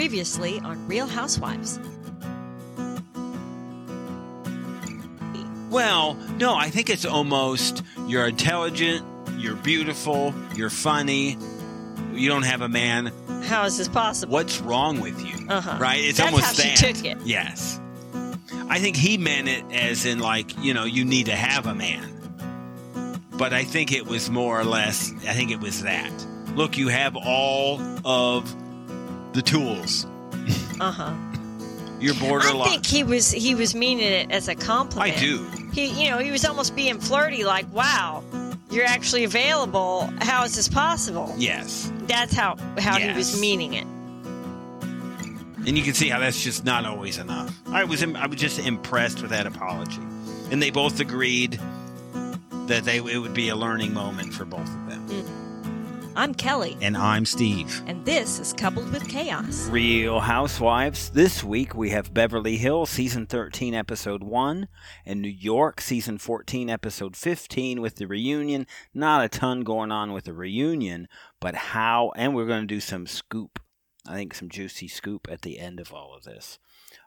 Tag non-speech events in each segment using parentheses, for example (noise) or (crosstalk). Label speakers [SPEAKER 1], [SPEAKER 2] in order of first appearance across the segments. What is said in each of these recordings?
[SPEAKER 1] Previously on Real Housewives.
[SPEAKER 2] Well, no, I think it's almost you're intelligent, you're beautiful, you're funny, you don't have a man.
[SPEAKER 1] How is this possible?
[SPEAKER 2] What's wrong with you?
[SPEAKER 1] Uh-huh.
[SPEAKER 2] Right? It's
[SPEAKER 1] That's
[SPEAKER 2] almost
[SPEAKER 1] how
[SPEAKER 2] that.
[SPEAKER 1] she took it.
[SPEAKER 2] Yes. I think he meant it as in like, you know, you need to have a man. But I think it was more or less I think it was that. Look, you have all of the tools.
[SPEAKER 1] Uh huh.
[SPEAKER 2] You're
[SPEAKER 1] I
[SPEAKER 2] borderline.
[SPEAKER 1] think he was he was meaning it as a
[SPEAKER 2] I
[SPEAKER 1] compliment.
[SPEAKER 2] do.
[SPEAKER 1] He, you know, he was almost being flirty, like, "Wow, you're actually available. How is this possible?"
[SPEAKER 2] Yes.
[SPEAKER 1] That's how how he
[SPEAKER 2] Yes.
[SPEAKER 1] was meaning it.
[SPEAKER 2] And you can see how that's just not always enough. I was I was just impressed with that apology, and they both agreed that they it would be a learning moment for both of them.
[SPEAKER 1] I'm Kelly,
[SPEAKER 2] And I'm Steve.
[SPEAKER 1] and this is coupled with chaos.
[SPEAKER 2] Real Housewives. This week we have Beverly Hills season 13 episode 1 and New York season 14 episode 15 with the reunion. Not a ton going on with the reunion, but how and we're going to do some scoop. I think some juicy scoop at the end of all of this.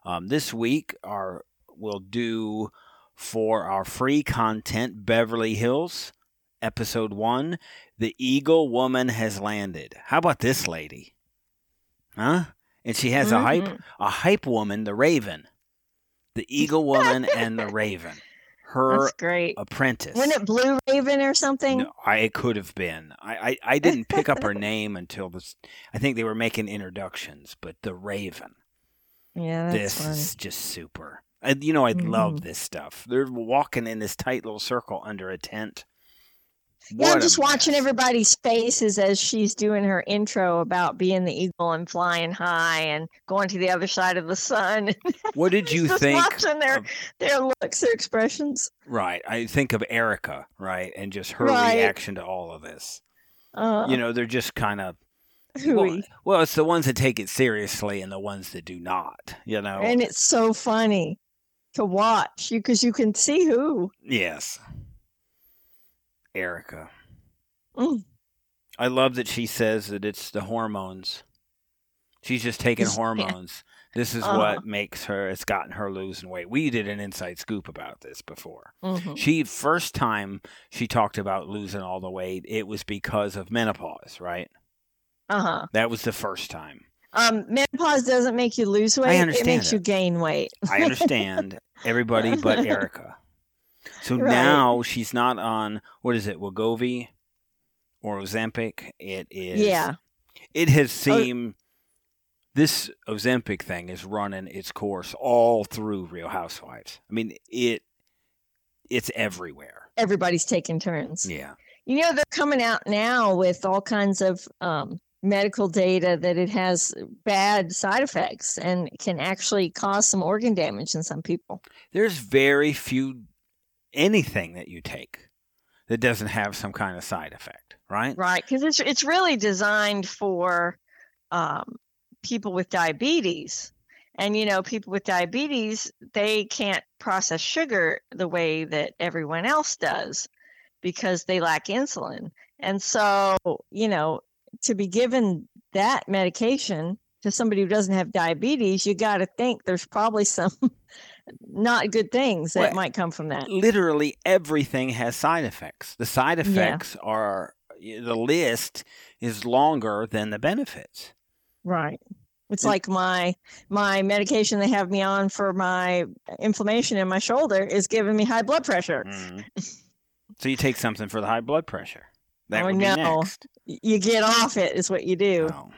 [SPEAKER 2] Um, this week our we'll do for our free content Beverly Hills episode 1 The Eagle Woman has landed. How about this lady? Huh? And she has a hype
[SPEAKER 1] Mhm.
[SPEAKER 3] Mm-hmm.
[SPEAKER 2] a hype woman, the Raven, the Eagle Woman, and the Raven, her
[SPEAKER 3] That's great.
[SPEAKER 2] apprentice.
[SPEAKER 3] Wasn't it Blue Raven or something?
[SPEAKER 2] No, I it could have been. I, I, I didn't pick up
[SPEAKER 3] (laughs)
[SPEAKER 2] her name until this. I think they were making introductions, but the Raven.
[SPEAKER 3] Yeah, that's
[SPEAKER 2] this
[SPEAKER 3] funny.
[SPEAKER 2] is just super. I, you know, I love
[SPEAKER 3] Mhm.
[SPEAKER 2] this stuff. They're walking in this tight little circle under a tent.
[SPEAKER 3] Yeah,
[SPEAKER 2] What
[SPEAKER 3] I'm
[SPEAKER 2] a
[SPEAKER 3] just watching
[SPEAKER 2] mess.
[SPEAKER 3] everybody's faces as she's doing her intro about being the eagle and flying high and going to the other side of the sun. (laughs)
[SPEAKER 2] What did you
[SPEAKER 3] just
[SPEAKER 2] think?
[SPEAKER 3] watching their
[SPEAKER 2] of-
[SPEAKER 3] their looks, their expressions.
[SPEAKER 2] (laughs) Right, I think of Erica, right, and just her
[SPEAKER 3] Right.
[SPEAKER 2] reaction to all of this.
[SPEAKER 3] Uh, (laughs)
[SPEAKER 2] You know, they're just kind of Well,
[SPEAKER 3] hooey.
[SPEAKER 2] well, it's the ones that take it seriously and the ones that do not. You know.
[SPEAKER 3] and it's so funny to watch you because you can see who.
[SPEAKER 2] yes. Erica,
[SPEAKER 3] Mm.
[SPEAKER 2] I love that she says that it's the hormones. She's just taking
[SPEAKER 3] Yeah.
[SPEAKER 2] hormones. This is
[SPEAKER 3] Uh-huh.
[SPEAKER 2] what makes her. It's gotten her losing weight. We did an inside scoop about this before.
[SPEAKER 3] Mhm.
[SPEAKER 2] She first time she talked about losing all the weight, it was because of menopause, right?
[SPEAKER 3] Uh-huh.
[SPEAKER 2] That was the first time.
[SPEAKER 3] Um, menopause doesn't make you lose weight.
[SPEAKER 2] understand
[SPEAKER 3] it makes
[SPEAKER 2] that.
[SPEAKER 3] you gain weight. (laughs)
[SPEAKER 2] I understand everybody but Erica. So
[SPEAKER 3] Right.
[SPEAKER 2] now she's not on what is it, Wagovi or Ozempic? It is.
[SPEAKER 3] Yeah. Oh.
[SPEAKER 2] It has seemed this Ozempic thing is running its course all through Real Housewives. I mean, it it's everywhere.
[SPEAKER 3] Everybody's taking turns.
[SPEAKER 2] Yeah.
[SPEAKER 3] You know, they're coming out now with all kinds of um, medical data that it has bad side effects and can actually cause some organ damage in some people.
[SPEAKER 2] There's very few anything that you take that doesn't have some kind of side effect, right?
[SPEAKER 3] Right. Because it's, it's really designed for um, people with diabetes. And, you know, people with diabetes, they can't process sugar the way that everyone else does because they lack insulin. And so, you know, to be given that medication to somebody who doesn't have diabetes, you got to think there's probably some (laughs) not good things that
[SPEAKER 2] Well,
[SPEAKER 3] might come from that.
[SPEAKER 2] literally everything has side effects. The side
[SPEAKER 3] Yeah.
[SPEAKER 2] effects are the list is longer than the benefits.
[SPEAKER 3] Right. It's
[SPEAKER 2] And-
[SPEAKER 3] like my my medication they have me on for my inflammation in my shoulder is giving me high blood pressure.
[SPEAKER 2] Mm. (laughs) so you take something for the high blood pressure. That
[SPEAKER 3] Oh,
[SPEAKER 2] would
[SPEAKER 3] no.
[SPEAKER 2] be next.
[SPEAKER 3] Y- You get off it is what you do.
[SPEAKER 2] Oh,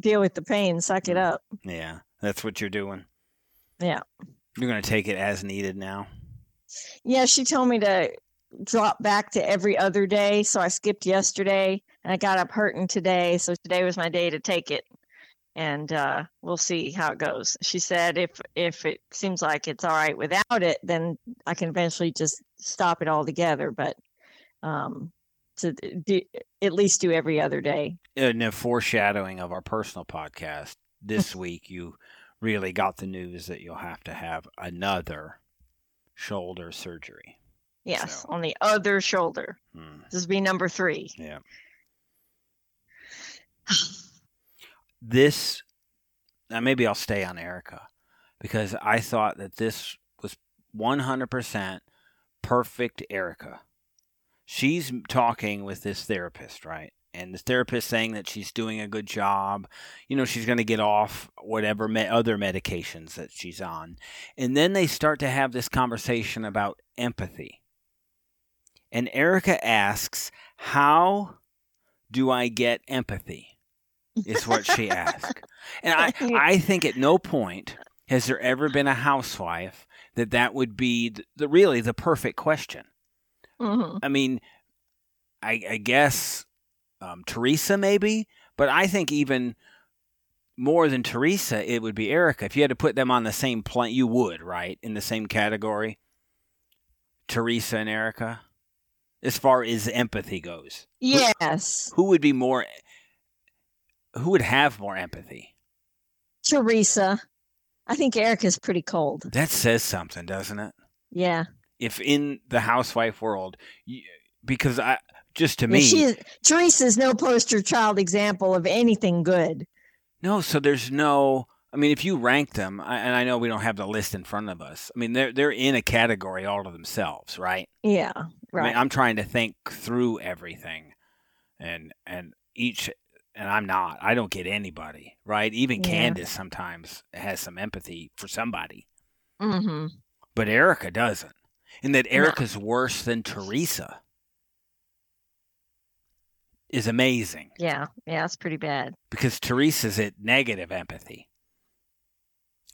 [SPEAKER 3] Deal with the pain, suck it
[SPEAKER 2] Mm.
[SPEAKER 3] up.
[SPEAKER 2] yeah, that's what you're doing.
[SPEAKER 3] Yeah.
[SPEAKER 2] You're going to take it as needed now.
[SPEAKER 3] Yeah, she told me to drop back to every other day, so I skipped yesterday and I got up hurting today, so today was my day to take it. And uh, we'll see how it goes. She said if if it seems like it's all right without it, then I can eventually just stop it altogether. But um, to d- do, at least do every other day.
[SPEAKER 2] In a Uh, foreshadowing of our personal podcast,
[SPEAKER 3] (laughs)
[SPEAKER 2] this week you really got the news that you'll have to have another shoulder surgery.
[SPEAKER 3] Yes,
[SPEAKER 2] So-
[SPEAKER 3] on the other shoulder.
[SPEAKER 2] Hmm,
[SPEAKER 3] This would be number three.
[SPEAKER 2] yeah. this now maybe I'll stay on Erica because I thought that this was 100% perfect Erica. She's talking with this therapist, right? And the therapist saying that she's doing a good job. You know, she's going to get off whatever me- other medications that she's on. And then they start to have this conversation about empathy. And Erica asks, How do I get empathy? is what she asked. And I, I think at no point has there ever been a housewife that that would be the, the really the perfect question.
[SPEAKER 3] Mhm.
[SPEAKER 2] I mean, I, I guess um, Teresa maybe, but I think even more than Teresa, it would be Erica. If you had to put them on the same plane, you would, right? In the same category, Teresa and Erica, as far as empathy goes
[SPEAKER 3] Yes,
[SPEAKER 2] who would be more who would have more empathy
[SPEAKER 3] Teresa. I think Erica's pretty cold.
[SPEAKER 2] that says something doesn't it
[SPEAKER 3] Yeah,
[SPEAKER 2] if in the housewife world you, because i just to
[SPEAKER 3] Yeah,
[SPEAKER 2] me
[SPEAKER 3] she is, Teresa's no poster child example of anything good.
[SPEAKER 2] no so there's no i mean if you rank them I, and i know we don't have the list in front of us i mean they're they're in a category all to themselves right
[SPEAKER 3] Yeah,
[SPEAKER 2] I
[SPEAKER 3] right.
[SPEAKER 2] mean, i'm trying to think through everything and and each and i'm not i don't get anybody right even
[SPEAKER 3] Yeah.
[SPEAKER 2] candace sometimes has some empathy for somebody
[SPEAKER 3] mm-hmm.
[SPEAKER 2] but Erica doesn't. And that
[SPEAKER 3] No.
[SPEAKER 2] Erica's worse than Teresa is amazing
[SPEAKER 3] Yeah, yeah, it's pretty bad.
[SPEAKER 2] because Teresa's at negative empathy.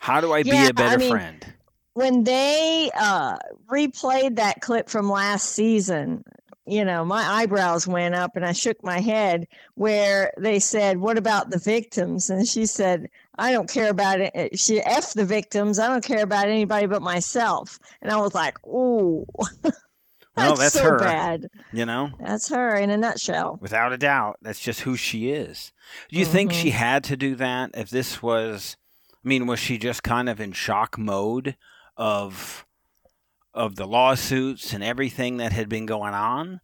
[SPEAKER 2] How do I
[SPEAKER 3] Yeah,
[SPEAKER 2] be
[SPEAKER 3] I
[SPEAKER 2] a better
[SPEAKER 3] mean-
[SPEAKER 2] friend?
[SPEAKER 3] when they uh, replayed that clip from last season, you know, my eyebrows went up and I shook my head. Where they said, "What about the victims?" and she said, "I don't care about it." Uh, She f the victims. I don't care about anybody but myself. And I was like, "Ooh, (laughs) that's,
[SPEAKER 2] Well, that's
[SPEAKER 3] so
[SPEAKER 2] her,
[SPEAKER 3] bad."
[SPEAKER 2] you know,
[SPEAKER 3] That's her in a nutshell.
[SPEAKER 2] without a doubt. That's just who she is. Do you think
[SPEAKER 3] Mhm.
[SPEAKER 2] she had to do that? If this was, I mean, was she just kind of in shock mode of of the lawsuits and everything that had been going on?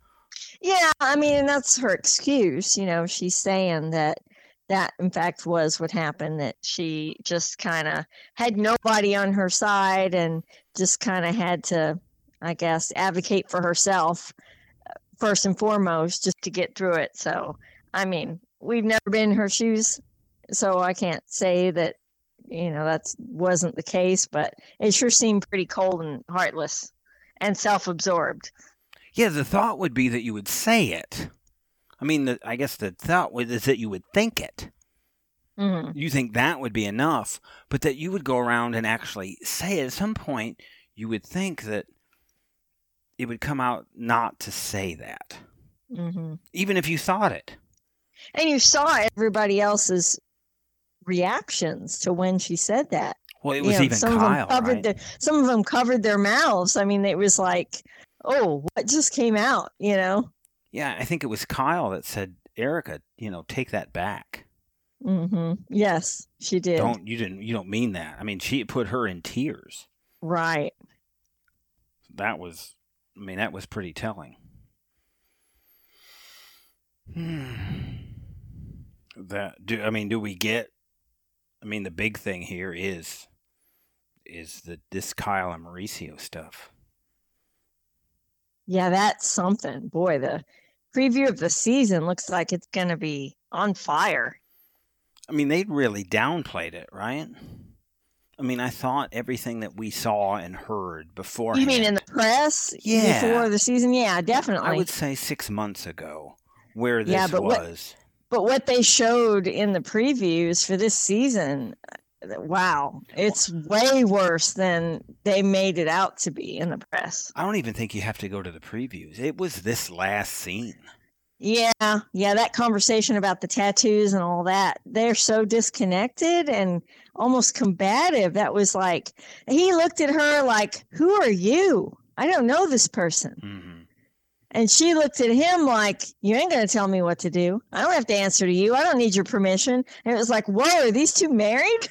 [SPEAKER 3] Yeah, I mean, and that's her excuse. You know, she's saying that that, in fact, was what happened, that she just kind of had nobody on her side and just kind of had to, I guess, advocate for herself uh, first and foremost just to get through it. So, I mean, we've never been in her shoes. So I can't say that, you know, that's wasn't the case, but it sure seemed pretty cold and heartless and self absorbed.
[SPEAKER 2] Yeah, the thought would be that you would say it. I mean, the, I guess the thought would, is that you would think it.
[SPEAKER 3] hmm
[SPEAKER 2] You think that would be enough, but that you would go around and actually say it. At some point, you would think that it would come out not to say that,
[SPEAKER 3] hmm
[SPEAKER 2] even if you thought it.
[SPEAKER 3] And you saw everybody else's reactions to when she said that.
[SPEAKER 2] Well, it
[SPEAKER 3] You
[SPEAKER 2] was
[SPEAKER 3] know,
[SPEAKER 2] even
[SPEAKER 3] some
[SPEAKER 2] Kyle,
[SPEAKER 3] of them covered
[SPEAKER 2] right?
[SPEAKER 3] their, some of them covered their mouths. I mean, it was like, oh, what just came out, you know?
[SPEAKER 2] yeah, I think it was Kyle that said, "Erica, you know, take that back.
[SPEAKER 3] hmm Yes, she did.
[SPEAKER 2] Don't you didn't you don't mean that." I mean, she it put her in tears.
[SPEAKER 3] Right.
[SPEAKER 2] that was I mean that was pretty telling. Hmm. That do I mean do we get I mean the big thing here is is the this Kyle and Mauricio stuff.
[SPEAKER 3] Yeah, that's something. Boy, the preview of the season looks like it's going to be on fire.
[SPEAKER 2] I mean they really downplayed it, right? I mean I thought everything that we saw and heard before
[SPEAKER 3] You mean in the press
[SPEAKER 2] Yeah.
[SPEAKER 3] before the season? Yeah, definitely.
[SPEAKER 2] I would say 6 months ago where this
[SPEAKER 3] Yeah, but what-
[SPEAKER 2] was.
[SPEAKER 3] But what they showed in the previews for this season, uh, wow, it's way worse than they made it out to be in the press.
[SPEAKER 2] I don't even think you have to go to the previews. It was this last scene.
[SPEAKER 3] Yeah, yeah, that conversation about the tattoos and all that, they're so disconnected and almost combative. That was like, he looked at her like, Who are you? I don't know this person.
[SPEAKER 2] Mhm.
[SPEAKER 3] And she looked at him like, You ain't going to tell me what to do. I don't have to answer to you. I don't need your permission. And it was like, Whoa, are these two married?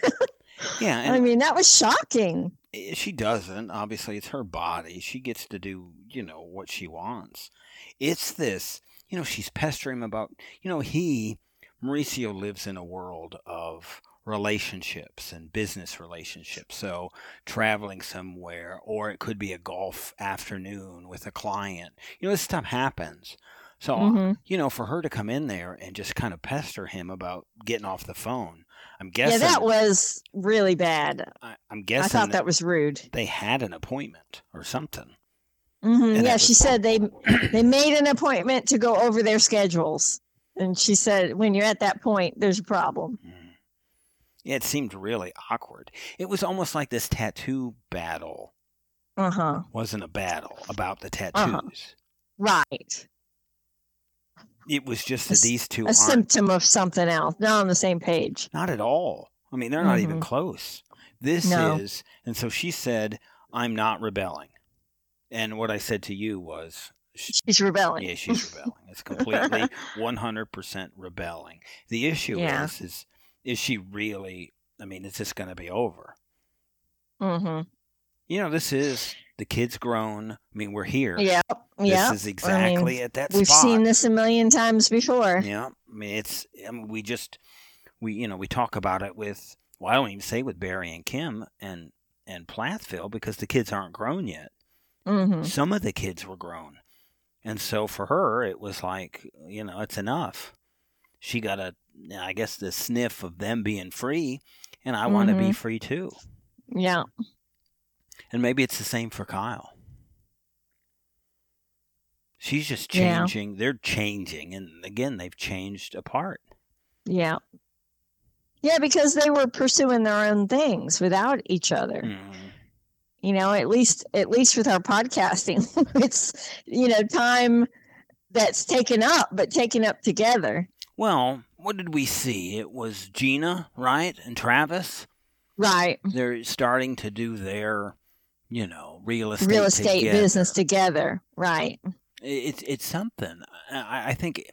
[SPEAKER 2] Yeah, and
[SPEAKER 3] I mean, that was shocking.
[SPEAKER 2] i- she doesn't. Obviously, it's her body. She gets to do, you know, what she wants. It's this, you know, she's pestering him about, you know, he, Mauricio lives in a world of relationships and business relationships. So traveling somewhere, or it could be a golf afternoon with a client. You know, this stuff happens. So, uh,
[SPEAKER 3] Mhm.
[SPEAKER 2] you know, for her to come in there and just kind of pester him about getting off the phone, I'm
[SPEAKER 3] yeah,
[SPEAKER 2] guessing.
[SPEAKER 3] that was really bad.
[SPEAKER 2] I, I'm
[SPEAKER 3] I
[SPEAKER 2] guessing
[SPEAKER 3] thought that was rude.
[SPEAKER 2] they had an appointment or something.
[SPEAKER 3] hmm
[SPEAKER 2] And
[SPEAKER 3] Yeah,
[SPEAKER 2] that
[SPEAKER 3] she
[SPEAKER 2] was-
[SPEAKER 3] said they (clears throat) they made an appointment to go over their schedules, and she said when you're at that point, there's a problem.
[SPEAKER 2] Mm. Yeah, it seemed really awkward. It was almost like this tattoo battle
[SPEAKER 3] Uh huh.
[SPEAKER 2] wasn't a battle about the tattoos.
[SPEAKER 3] Uh-huh. Right.
[SPEAKER 2] It was just
[SPEAKER 3] A
[SPEAKER 2] that
[SPEAKER 3] s-
[SPEAKER 2] these two
[SPEAKER 3] A
[SPEAKER 2] aren't
[SPEAKER 3] symptom of something else. Not on the same page.
[SPEAKER 2] not at all. I mean, they're not even close. This
[SPEAKER 3] Mm-hmm. No.
[SPEAKER 2] is, and so she said, "I'm not rebelling." And what I said to you was,
[SPEAKER 3] She's rebelling.
[SPEAKER 2] "Yeah, she's rebelling. It's completely
[SPEAKER 3] (laughs)
[SPEAKER 2] 100% rebelling." The issue
[SPEAKER 3] Yeah.
[SPEAKER 2] is, is is she really? I mean, is this going to be over?
[SPEAKER 3] hmm
[SPEAKER 2] You know, this is the kid's grown. I mean, we're here.
[SPEAKER 3] Yeah.
[SPEAKER 2] This
[SPEAKER 3] Yeah.
[SPEAKER 2] is exactly at that
[SPEAKER 3] We've
[SPEAKER 2] spot.
[SPEAKER 3] seen this a million times before.
[SPEAKER 2] Yeah, I mean, it's I mean, we just we you know we talk about it with well, I don't even say with Barry and Kim and and Plathville because the kids aren't grown yet.
[SPEAKER 3] hmm
[SPEAKER 2] Some of the kids were grown, and so for her it was like you know it's enough. She got a I guess the sniff of them being free, and I want to
[SPEAKER 3] Mm-hmm.
[SPEAKER 2] be free too.
[SPEAKER 3] Yeah.
[SPEAKER 2] And maybe it's the same for Kyle. She's just
[SPEAKER 3] Yeah.
[SPEAKER 2] changing. They're changing, and again they've changed apart.
[SPEAKER 3] Yeah. Yeah, because they were pursuing their own things without each other.
[SPEAKER 2] Mhm.
[SPEAKER 3] you know at least at least with our podcasting (laughs) it's you know time that's taken up but taken up together
[SPEAKER 2] Well, what did we see? It was Gina, right? And Travis.
[SPEAKER 3] right
[SPEAKER 2] They're starting to do their, you know, real estate
[SPEAKER 3] real estate
[SPEAKER 2] together.
[SPEAKER 3] business together right
[SPEAKER 2] It's it's something. I, I think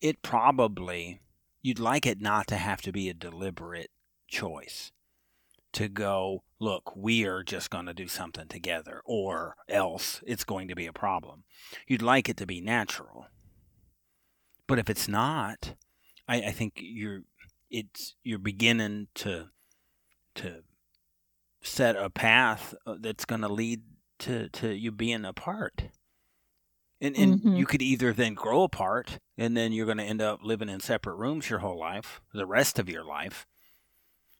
[SPEAKER 2] it probably you'd like it not to have to be a deliberate choice to go. Look, we are just going to do something together, or else it's going to be a problem. You'd like it to be natural, but if it's not, I, I think you're it's you're beginning to to set a path uh, that's going to lead to to you being apart. And and
[SPEAKER 3] Mhm.
[SPEAKER 2] you could either then grow apart and then you're going to end up living in separate rooms your whole life, the rest of your life,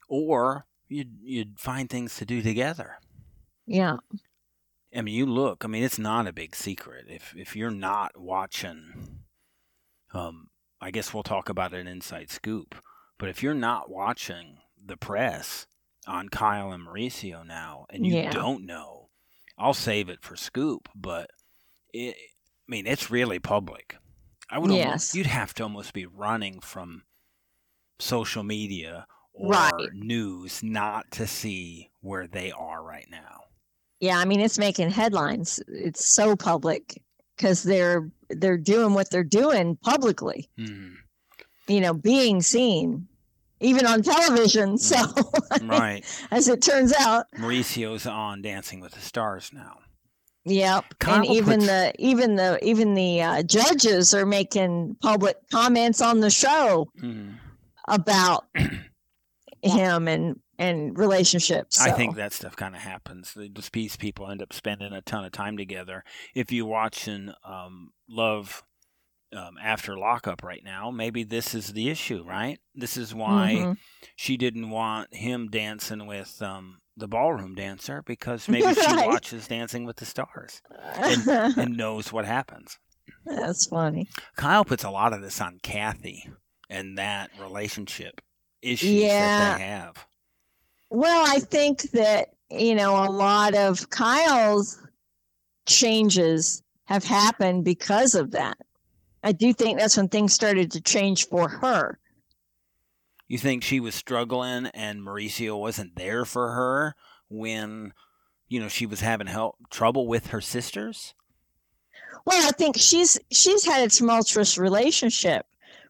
[SPEAKER 2] or you'd you'd find things to do together.
[SPEAKER 3] yeah
[SPEAKER 2] I mean, you look. I mean, it's not a big secret. If if you're not watching, um, I guess we'll talk about an inside scoop. But if you're not watching the press on Kyle and Mauricio now, and you
[SPEAKER 3] Yeah.
[SPEAKER 2] don't know, I'll save it for scoop. But it, I mean, it's really public. I would. almo-
[SPEAKER 3] Yes.
[SPEAKER 2] you'd have to almost be running from social media or
[SPEAKER 3] Right.
[SPEAKER 2] news not to see where they are right now.
[SPEAKER 3] yeah i mean it's making headlines it's so public because they're they're doing what they're doing publicly
[SPEAKER 2] Mhm.
[SPEAKER 3] (laughs) you know being seen even on television (laughs) so
[SPEAKER 2] right.
[SPEAKER 3] as it turns out
[SPEAKER 2] Mauricio's on Dancing with the Stars now.
[SPEAKER 3] Yep, and
[SPEAKER 2] Kyle
[SPEAKER 3] even
[SPEAKER 2] puts-
[SPEAKER 3] the even the even the uh, judges are making public comments on the show
[SPEAKER 2] Mm. (clears throat)
[SPEAKER 3] about him and and relationships.
[SPEAKER 2] I
[SPEAKER 3] so,
[SPEAKER 2] think that stuff kind of happens. The- These peace people end up spending a ton of time together. If you're watching um, Love um, After Lockup right now, maybe this is the issue, right? This is why
[SPEAKER 3] Mhm.
[SPEAKER 2] she didn't want him dancing with um, the ballroom dancer
[SPEAKER 3] (laughs)
[SPEAKER 2] because maybe she
[SPEAKER 3] Right.
[SPEAKER 2] watches Dancing with the Stars
[SPEAKER 3] (laughs)
[SPEAKER 2] and knows what happens.
[SPEAKER 3] Mm-hmm. That's funny.
[SPEAKER 2] Kyle puts a lot of this on Kathy and that relationship issues that
[SPEAKER 3] Yeah.
[SPEAKER 2] they have.
[SPEAKER 3] Well, I think that you know a lot of Kyle's changes have happened because of that. I do think that's when things started to change for her.
[SPEAKER 2] You think she was struggling and Mauricio wasn't there for her when, you know, she was having help trouble with her sisters?
[SPEAKER 3] Well, I think she's she's had a tumultuous relationship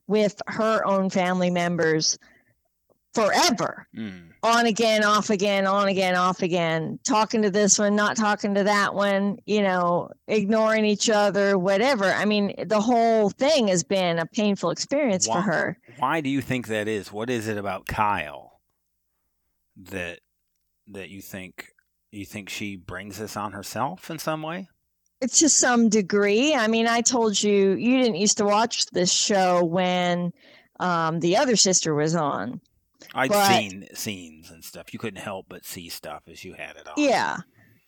[SPEAKER 3] with her own family members forever.
[SPEAKER 2] Mm.
[SPEAKER 3] On again, off again, on again, off again, talking to this one, not talking to that one, you know, ignoring each other, whatever. I mean, the whole thing has been a painful experience
[SPEAKER 2] Wow.
[SPEAKER 3] for her.
[SPEAKER 2] Why do you think that is? What is it about Kyle that that you think you think she brings this on herself in some way?
[SPEAKER 3] to some degree. I mean, I told you you didn't used to watch this show when um, the other sister was on.
[SPEAKER 2] I'd
[SPEAKER 3] But-
[SPEAKER 2] seen scenes and stuff. You couldn't help but see stuff as you had it on.
[SPEAKER 3] Yeah.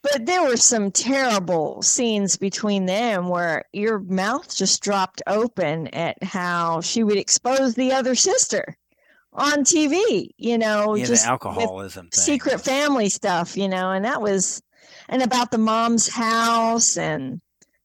[SPEAKER 3] But there were some terrible scenes between them where your mouth just dropped open at how she would expose the other sister on TV, you know,
[SPEAKER 2] yeah,
[SPEAKER 3] just
[SPEAKER 2] the alcoholism thing.
[SPEAKER 3] secret family stuff, you know, and that was and about the mom's house and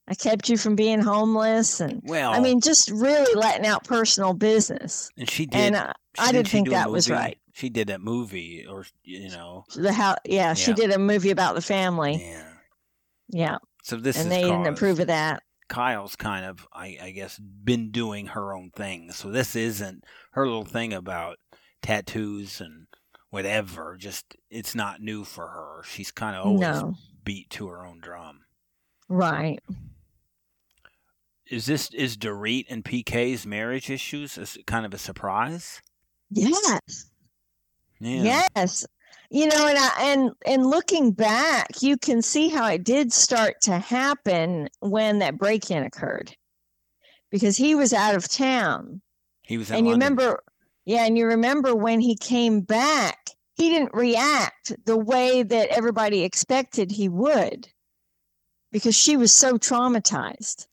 [SPEAKER 3] I kept you from being homeless and
[SPEAKER 2] Well,
[SPEAKER 3] I mean, just really letting out personal business.
[SPEAKER 2] and she did.
[SPEAKER 3] And uh,
[SPEAKER 2] she-
[SPEAKER 3] I
[SPEAKER 2] didn't
[SPEAKER 3] didn't
[SPEAKER 2] she
[SPEAKER 3] think
[SPEAKER 2] do a
[SPEAKER 3] that was
[SPEAKER 2] movie?
[SPEAKER 3] right.
[SPEAKER 2] She did that movie, or you know,
[SPEAKER 3] the how, yeah, she
[SPEAKER 2] Yeah.
[SPEAKER 3] did a movie about the family.
[SPEAKER 2] yeah.
[SPEAKER 3] Yeah.
[SPEAKER 2] So this
[SPEAKER 3] and
[SPEAKER 2] is
[SPEAKER 3] they didn't
[SPEAKER 2] caused-
[SPEAKER 3] approve of that.
[SPEAKER 2] Kyle's kind of, I, I guess, been doing her own thing. So this isn't her little thing about tattoos and whatever. Just it's not new for her. She's kind of always
[SPEAKER 3] No.
[SPEAKER 2] beat to her own drum.
[SPEAKER 3] Right.
[SPEAKER 2] Is this is Dorit and PK's marriage issues a s kind of a surprise?
[SPEAKER 3] Yes.
[SPEAKER 2] Yeah.
[SPEAKER 3] Yes. You know, and I, and and looking back, you can see how it did start to happen when that break-in occurred. Because he was out of town.
[SPEAKER 2] He was in
[SPEAKER 3] and you
[SPEAKER 2] London.
[SPEAKER 3] remember yeah and you remember when he came back he didn't react the way that everybody expected he would because she was so traumatized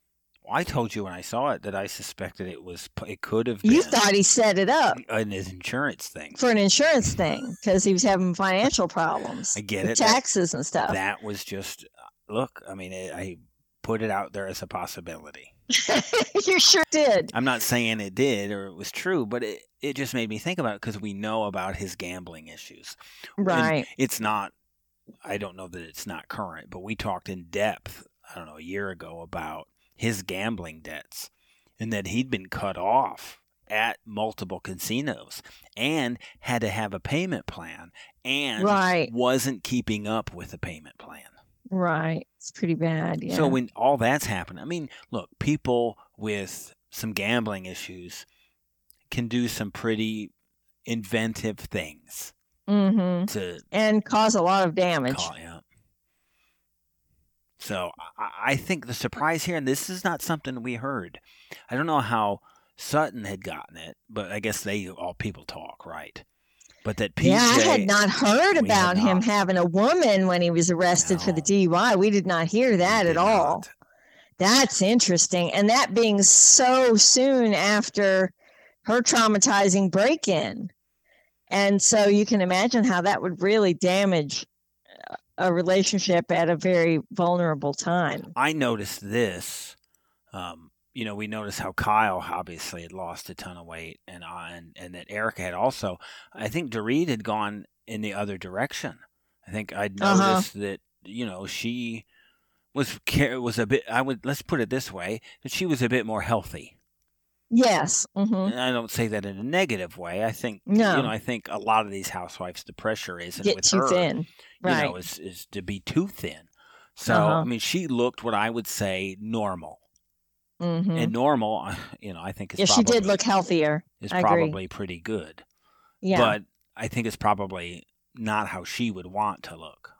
[SPEAKER 2] I told you when I saw it that I suspected it was p- it could have been
[SPEAKER 3] you thought he set it up
[SPEAKER 2] an insurance thing.
[SPEAKER 3] for an insurance thing because he was having financial problems
[SPEAKER 2] I get
[SPEAKER 3] with
[SPEAKER 2] it. That-
[SPEAKER 3] taxes and stuff
[SPEAKER 2] that was just uh, look. I mean, it, I put it out there as a possibility.
[SPEAKER 3] (laughs) you sure did
[SPEAKER 2] I'm not saying it did or it was true, but it, it just made me think about it because we know about his gambling issues. And
[SPEAKER 3] right
[SPEAKER 2] It's not, I don't know that it's not current, but we talked in depth, I don't know, a year ago about his gambling debts and that he'd been cut off at multiple casinos and had to have a payment plan and
[SPEAKER 3] right
[SPEAKER 2] wasn't keeping up with the payment plan.
[SPEAKER 3] right it's pretty bad yeah
[SPEAKER 2] So when all that's happened, I mean, look, people with some gambling issues can do some pretty inventive things
[SPEAKER 3] hmm
[SPEAKER 2] to
[SPEAKER 3] and cause a lot of damage
[SPEAKER 2] call out. So I, I think the surprise here, and this is not something we heard. I don't know how Sutton had gotten it, but I guess they all people talk, right? But that PJ,
[SPEAKER 3] Yeah, I had not heard
[SPEAKER 2] we had
[SPEAKER 3] about him
[SPEAKER 2] not.
[SPEAKER 3] having a woman when he was arrested for the
[SPEAKER 2] No.
[SPEAKER 3] DUI. We did not hear that
[SPEAKER 2] did
[SPEAKER 3] at all.
[SPEAKER 2] not.
[SPEAKER 3] That's interesting. And that being so soon after her traumatizing break in. And so you can imagine how that would really damage a relationship at a very vulnerable time.
[SPEAKER 2] I noticed this. Um, you know, we noticed how Kyle obviously had lost a ton of weight, and I- and and that Erica had also. I think Dorit had gone in the other direction. I think I'd
[SPEAKER 3] Uh-huh.
[SPEAKER 2] noticed that you know she was care was a bit. I would let's put it this way that she was a bit more healthy.
[SPEAKER 3] Yes. hmm
[SPEAKER 2] And I don't say that in a negative way. I think
[SPEAKER 3] No.
[SPEAKER 2] you know. I think a lot of these housewives, the pressure is and
[SPEAKER 3] Get
[SPEAKER 2] with
[SPEAKER 3] too
[SPEAKER 2] her,
[SPEAKER 3] thin.
[SPEAKER 2] you
[SPEAKER 3] Right.
[SPEAKER 2] know, is, is to be too thin. So,
[SPEAKER 3] Uh-huh.
[SPEAKER 2] I mean, she looked what I would say normal.
[SPEAKER 3] hmm
[SPEAKER 2] And normal, uh, you know, I think is
[SPEAKER 3] Yeah, she
[SPEAKER 2] probably,
[SPEAKER 3] did look healthier.
[SPEAKER 2] is
[SPEAKER 3] I agree.
[SPEAKER 2] probably pretty good.
[SPEAKER 3] Yeah.
[SPEAKER 2] But I think it's probably not how she would want to look.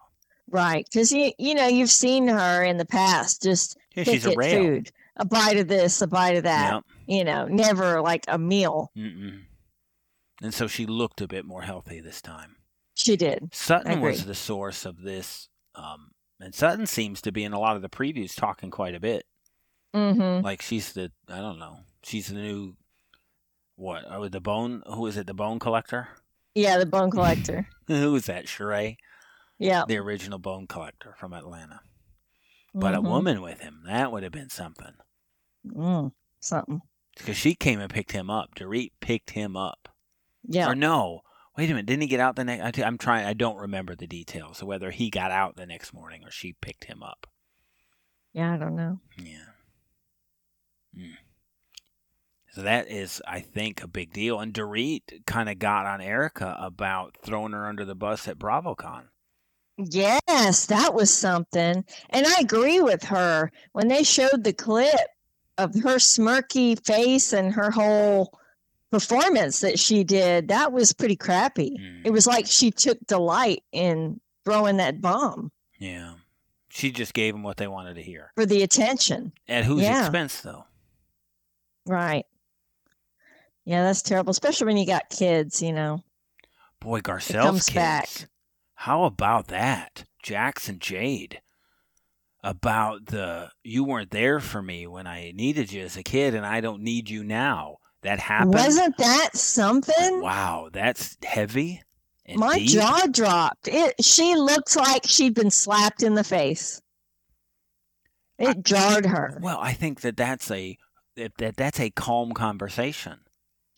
[SPEAKER 3] right. Because, you, you know, you've seen her in the past just
[SPEAKER 2] Yeah,
[SPEAKER 3] pick
[SPEAKER 2] she's a
[SPEAKER 3] at
[SPEAKER 2] rail.
[SPEAKER 3] food, a bite of this, a bite of that.
[SPEAKER 2] Yep.
[SPEAKER 3] You know, never like a meal.
[SPEAKER 2] Mm-mm. And so she looked a bit more healthy this time.
[SPEAKER 3] She did.
[SPEAKER 2] Sutton was
[SPEAKER 3] agree.
[SPEAKER 2] the source of this. Um, and Sutton seems to be in a lot of the previews talking quite a bit.
[SPEAKER 3] Mm-hmm.
[SPEAKER 2] Like she's the, I don't know, she's the new, what, oh, the bone, who is it, the bone collector? (laughs)
[SPEAKER 3] Yeah, the bone collector.
[SPEAKER 2] Who was that, Sheree?
[SPEAKER 3] Yeah.
[SPEAKER 2] The original bone collector from Atlanta. But
[SPEAKER 3] mhm.
[SPEAKER 2] a woman with him, that would have been something.
[SPEAKER 3] Mm, something.
[SPEAKER 2] Because she came and picked him up. Dorit picked him up.
[SPEAKER 3] Yeah.
[SPEAKER 2] Or no, wait a minute, didn't he get out the next? I'm trying. I don't remember the details. of Whether he got out the next morning or she picked him up.
[SPEAKER 3] Yeah, I don't know.
[SPEAKER 2] Yeah. Mm. So that is, I think, a big deal. And Dorit kind of got on Erica about throwing her under the bus at BravoCon.
[SPEAKER 3] Yes, that was something. And I agree with her. When they showed the clip of her smirky face and her whole performance that she did, that was pretty crappy.
[SPEAKER 2] Mm.
[SPEAKER 3] It was like she took delight in throwing that bomb
[SPEAKER 2] Yeah. She just gave them what they wanted to hear.
[SPEAKER 3] for the attention.
[SPEAKER 2] At whose
[SPEAKER 3] Yeah.
[SPEAKER 2] expense, though?
[SPEAKER 3] Right. Yeah, that's terrible, especially when you got kids, you know.
[SPEAKER 2] Boy, Garcelle's
[SPEAKER 3] comes
[SPEAKER 2] kids.
[SPEAKER 3] back.
[SPEAKER 2] How about that? Jackson Jade. About the you weren't there for me when I needed you as a kid and I don't need you now. That happened.
[SPEAKER 3] Wasn't that something?
[SPEAKER 2] Wow, that's heavy. and
[SPEAKER 3] My
[SPEAKER 2] deep.
[SPEAKER 3] jaw dropped. It she looked like she'd been slapped in the face. It jarred her.
[SPEAKER 2] Well, I think that that's a that, that that's a calm conversation.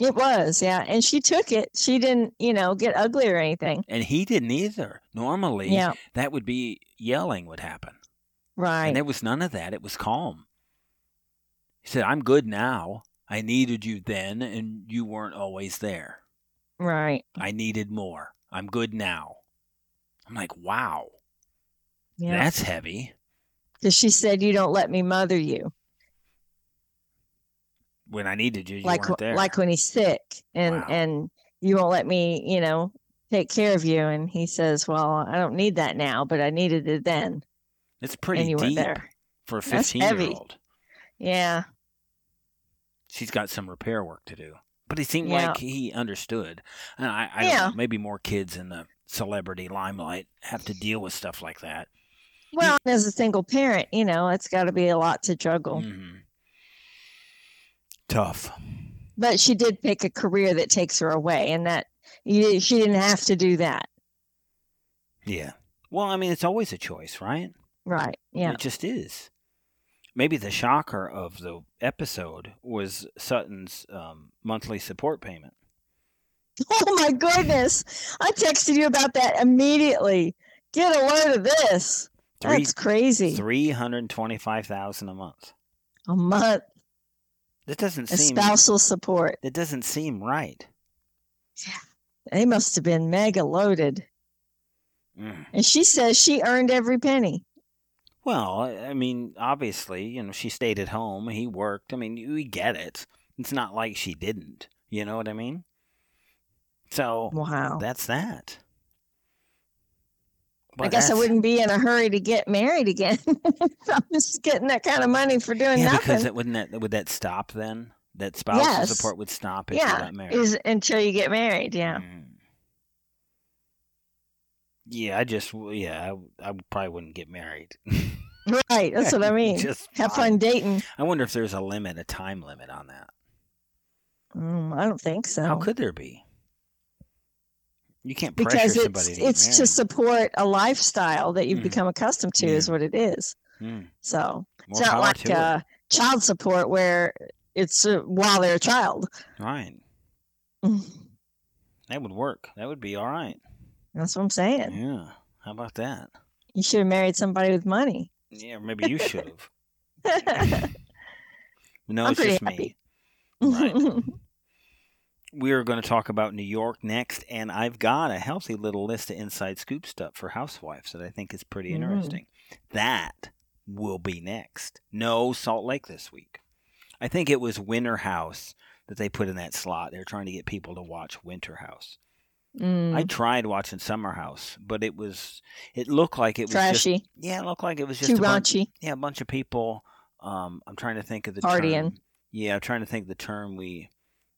[SPEAKER 3] It was, yeah. And she took it. She didn't, you know, get ugly or anything.
[SPEAKER 2] And he didn't either. Normally,
[SPEAKER 3] Yeah,
[SPEAKER 2] that would be yelling would happen.
[SPEAKER 3] right.
[SPEAKER 2] And there was none of that. It was calm. He said, I'm good now. I needed you then, and you weren't always there.
[SPEAKER 3] Right.
[SPEAKER 2] I needed more. I'm good now. I'm like, wow,
[SPEAKER 3] Yeah.
[SPEAKER 2] that's heavy.
[SPEAKER 3] Because she said, You don't let me mother you.
[SPEAKER 2] When I needed you, you
[SPEAKER 3] like
[SPEAKER 2] weren't there.
[SPEAKER 3] like when he's sick and
[SPEAKER 2] Wow.
[SPEAKER 3] and you won't let me, you know, take care of you. And he says, Well, I don't need that now, but I needed it then.
[SPEAKER 2] it's pretty
[SPEAKER 3] and you
[SPEAKER 2] deep
[SPEAKER 3] weren't there.
[SPEAKER 2] for a
[SPEAKER 3] That's
[SPEAKER 2] 15 year
[SPEAKER 3] heavy.
[SPEAKER 2] old.
[SPEAKER 3] Yeah.
[SPEAKER 2] She's got some repair work to do. But he seemed
[SPEAKER 3] Yeah.
[SPEAKER 2] like he understood. And I, I
[SPEAKER 3] Yeah.
[SPEAKER 2] don't know, maybe more kids in the celebrity limelight have to deal with stuff like that.
[SPEAKER 3] Well, as a single parent, you know, it's gotta be a lot to juggle.
[SPEAKER 2] Mhm. Tough.
[SPEAKER 3] But she did pick a career that takes her away and that you, she didn't have to do that.
[SPEAKER 2] Yeah. Well, I mean, it's always a choice, right?
[SPEAKER 3] Right. Yeah.
[SPEAKER 2] It just is. Maybe the shocker of the episode was Sutton's um, monthly support payment.
[SPEAKER 3] (laughs) Oh my goodness. I texted you about that immediately. Get a load of this.
[SPEAKER 2] Three
[SPEAKER 3] That's crazy.
[SPEAKER 2] three hundred twenty-five thousand a month.
[SPEAKER 3] A month
[SPEAKER 2] That doesn't
[SPEAKER 3] of
[SPEAKER 2] seem.
[SPEAKER 3] spousal support.
[SPEAKER 2] That doesn't seem right.
[SPEAKER 3] They must have been mega loaded.
[SPEAKER 2] Mm.
[SPEAKER 3] And she says she earned every penny.
[SPEAKER 2] Well, I I mean, obviously, you know, she stayed at home. He worked. I mean, we get it. It's not like she didn't. You know what I mean? So
[SPEAKER 3] Wow.
[SPEAKER 2] that's that.
[SPEAKER 3] I
[SPEAKER 2] But
[SPEAKER 3] guess I
[SPEAKER 2] that's-
[SPEAKER 3] wouldn't be in a hurry to get married again. (laughs) if I'm just getting that kind of money for doing
[SPEAKER 2] Yeah, because
[SPEAKER 3] nothing.
[SPEAKER 2] it, wouldn't that would that stop then? That spousal
[SPEAKER 3] Yes.
[SPEAKER 2] support would stop if you
[SPEAKER 3] yeah,
[SPEAKER 2] got married.
[SPEAKER 3] is until you get married. Yeah,
[SPEAKER 2] Mm. Yeah, I just w- yeah, I, I probably wouldn't get married. (laughs)
[SPEAKER 3] right. That's what I mean.
[SPEAKER 2] Just
[SPEAKER 3] Have
[SPEAKER 2] fine.
[SPEAKER 3] fun dating.
[SPEAKER 2] I wonder if there's a limit, a time limit on that.
[SPEAKER 3] Mm, I don't think so.
[SPEAKER 2] How could there be? You can't pressure
[SPEAKER 3] because it's
[SPEAKER 2] somebody to get
[SPEAKER 3] it's to
[SPEAKER 2] married.
[SPEAKER 3] support a lifestyle that you've
[SPEAKER 2] Mhm.
[SPEAKER 3] become accustomed to is what it is.
[SPEAKER 2] Mm,
[SPEAKER 3] So
[SPEAKER 2] more
[SPEAKER 3] it's not
[SPEAKER 2] power
[SPEAKER 3] like
[SPEAKER 2] to her.
[SPEAKER 3] uh, child support where it's uh, while they're a child.
[SPEAKER 2] right.
[SPEAKER 3] Mm.
[SPEAKER 2] That would work. That would be all right.
[SPEAKER 3] That's what I'm saying.
[SPEAKER 2] Yeah. How about that?
[SPEAKER 3] You should have married somebody with
[SPEAKER 2] (laughs)
[SPEAKER 3] money.
[SPEAKER 2] Yeah, maybe
[SPEAKER 3] (laughs)
[SPEAKER 2] you should have. No,
[SPEAKER 3] I'm
[SPEAKER 2] it's
[SPEAKER 3] pretty
[SPEAKER 2] just me.
[SPEAKER 3] happy. (laughs)
[SPEAKER 2] Right. We are going to talk about New York next, and I've got a healthy little list of inside scoop stuff for housewives that I think is pretty
[SPEAKER 3] Mhm.
[SPEAKER 2] interesting. That will be next. No Salt Lake this week. I think it was Winter House that they put in that slot. They're trying to get people to watch Winter House.
[SPEAKER 3] (laughs) Mm,
[SPEAKER 2] I tried watching Summer House, but it was it looked like it was just
[SPEAKER 3] trashy,
[SPEAKER 2] yeah, it looked like it was just
[SPEAKER 3] too
[SPEAKER 2] a bunch
[SPEAKER 3] raunchy.
[SPEAKER 2] yeah, a bunch of people. Um, I'm trying to think of the
[SPEAKER 3] Partying.
[SPEAKER 2] Term. Yeah, I'm trying to think of the term we.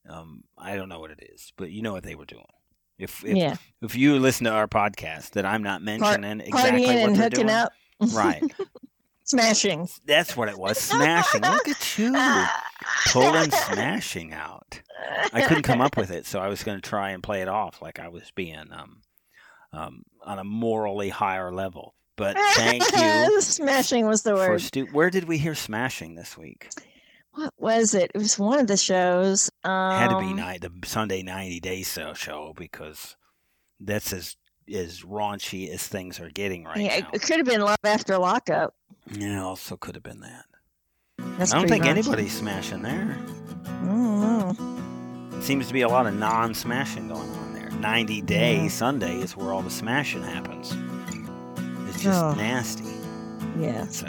[SPEAKER 2] Um, I don't know what it is, but you know what they were doing. If if,
[SPEAKER 3] yeah,
[SPEAKER 2] if you listen to our podcast, that I'm not mentioning exactly
[SPEAKER 3] partying
[SPEAKER 2] what
[SPEAKER 3] and
[SPEAKER 2] they're
[SPEAKER 3] hooking
[SPEAKER 2] doing.
[SPEAKER 3] up, (laughs)
[SPEAKER 2] Right,
[SPEAKER 3] smashing.
[SPEAKER 2] that's what it was. Smashing. Look
[SPEAKER 3] (laughs)
[SPEAKER 2] at you pulling smashing out. I couldn't come up with it, so I was going to try and play it off like I was being um, um, on a morally higher level. But thank
[SPEAKER 3] (laughs)
[SPEAKER 2] you
[SPEAKER 3] smashing was the
[SPEAKER 2] for
[SPEAKER 3] word.
[SPEAKER 2] stu- Where did we hear smashing this week?
[SPEAKER 3] What was it? It was one of the shows. Um,
[SPEAKER 2] had to be night the Sunday ninety day so show because that's as as raunchy as things are getting right
[SPEAKER 3] yeah, it-
[SPEAKER 2] now.
[SPEAKER 3] it could have been Love After Lockup.
[SPEAKER 2] Yeah, also could have been that.
[SPEAKER 3] That's
[SPEAKER 2] I don't
[SPEAKER 3] pretty
[SPEAKER 2] think
[SPEAKER 3] raunchy.
[SPEAKER 2] anybody's smashing there.
[SPEAKER 3] Mm,
[SPEAKER 2] Seems to be a lot of non smashing going on there. Ninety day
[SPEAKER 3] Yeah.
[SPEAKER 2] Sunday is where all the smashing happens. It's just
[SPEAKER 3] Oh.
[SPEAKER 2] nasty.
[SPEAKER 3] Yes,
[SPEAKER 2] So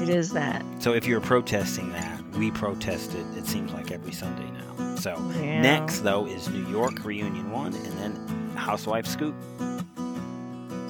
[SPEAKER 3] it is that.
[SPEAKER 2] so if you're protesting that, we protest it. It seems like every Sunday now. So
[SPEAKER 4] Yeah.
[SPEAKER 2] next though is New York Reunion 1 and then Housewife Scoop.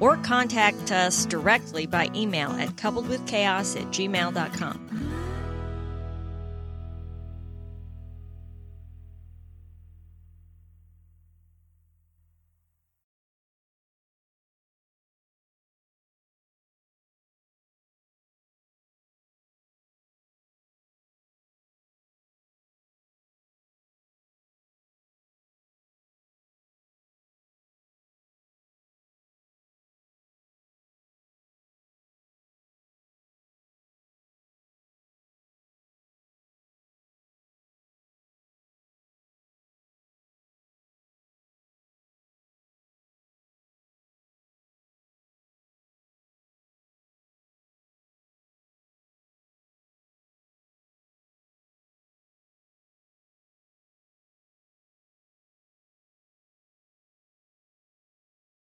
[SPEAKER 3] or contact us directly by email at coupledwithchaos at gmail.com.